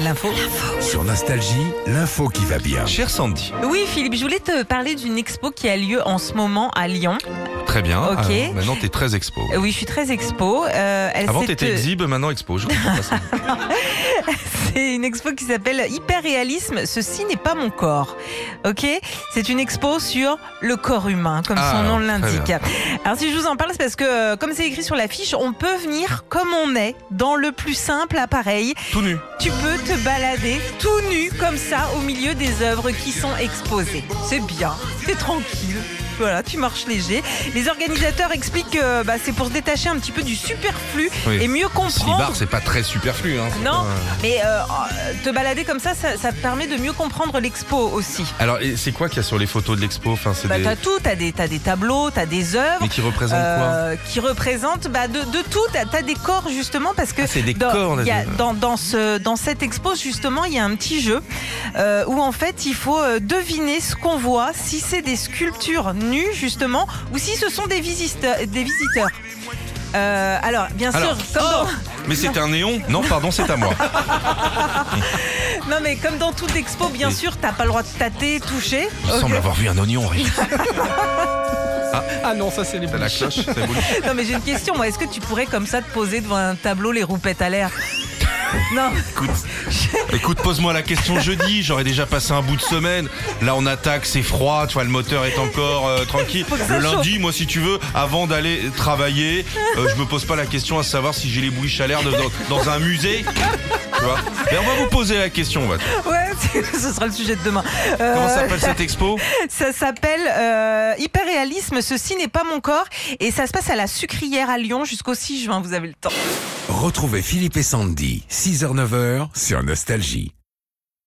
L'info. Sur Nostalgie, l'info qui va bien. Cher Sandy. Oui, Philippe, je voulais te parler d'une expo qui a lieu en ce moment à Lyon. Très bien. Ok. Ah, maintenant, t'es très expo. Euh, Oui, je suis très expo. Euh, elle Avant, s'est- t'étais exhibe, maintenant expo. Je comprends pas ça. C'est une expo qui s'appelle Hyper Réalisme. Ceci n'est pas mon corps. Ok C'est une expo sur le corps humain, comme Ah, son nom très l'indique. bien. Alors, si je vous en parle, c'est parce que, euh, comme c'est écrit sur l'affiche, on peut venir comme on est, dans le plus simple appareil. Tout nu. Tu peux te balader tout nu, comme ça, au milieu des œuvres qui sont exposées. C'est bien, c'est tranquille. Voilà, tu marches léger. Les organisateurs expliquent que bah, c'est pour se détacher un petit peu du superflu Oui. et mieux comprendre. Slibard, c'est pas très superflu. Hein. C'est Non. pas- Mais euh, euh, te balader comme ça, ça, ça te permet de mieux comprendre l'expo aussi. Alors, et c'est quoi qu'il y a sur les photos de l'expo enfin, c'est Bah, des- t'as tout, t'as des, t'as des tableaux, t'as des œuvres Mais qui représentent quoi euh, qui représentent bah, de, de tout. T'as, t'as des corps justement parce que Ah, c'est des dans, corps, là, il y a- je- dans, dans, ce, dans cette expo justement, il y a un petit jeu euh, où en fait il faut euh, deviner ce qu'on voit, si c'est des sculptures nues justement ou si ce sont des visiteurs. Des visiteurs. Euh, alors, bien sûr, Alors, oh comme dans- Mais c'est un néon Non, pardon, c'est à moi. Non mais comme dans toute expo, bien Oui. sûr, t'as pas le droit de tâter, toucher. Il Ok. semble avoir vu un oignon, Aurélie. ah, non, ça c'est les la cloche, c'est les bouliches. Non mais j'ai une question, moi, est-ce que tu pourrais comme ça te poser devant un tableau les roupettes à l'air Non, Écoute, écoute, pose-moi la question jeudi. J'aurais déjà passé un bout de semaine. Là, on attaque, c'est froid. Tu vois, le moteur est encore euh, tranquille. Faut que Le ça lundi, moi, si tu veux, avant d'aller travailler, euh, je me pose pas la question à savoir si j'ai les bouliches à l'air de- dans, dans un musée. Tu vois Mais on va vous poser la question. on va- ouais, ce sera le sujet de demain. Euh, Comment s'appelle cette expo ça s'appelle euh, Hyperréalisme, ceci n'est pas mon corps. Et ça se passe à la Sucrière à Lyon jusqu'au 6 juin, vous avez le temps. Retrouvez Philippe et Sandy, 6h-9h sur Nostalgie.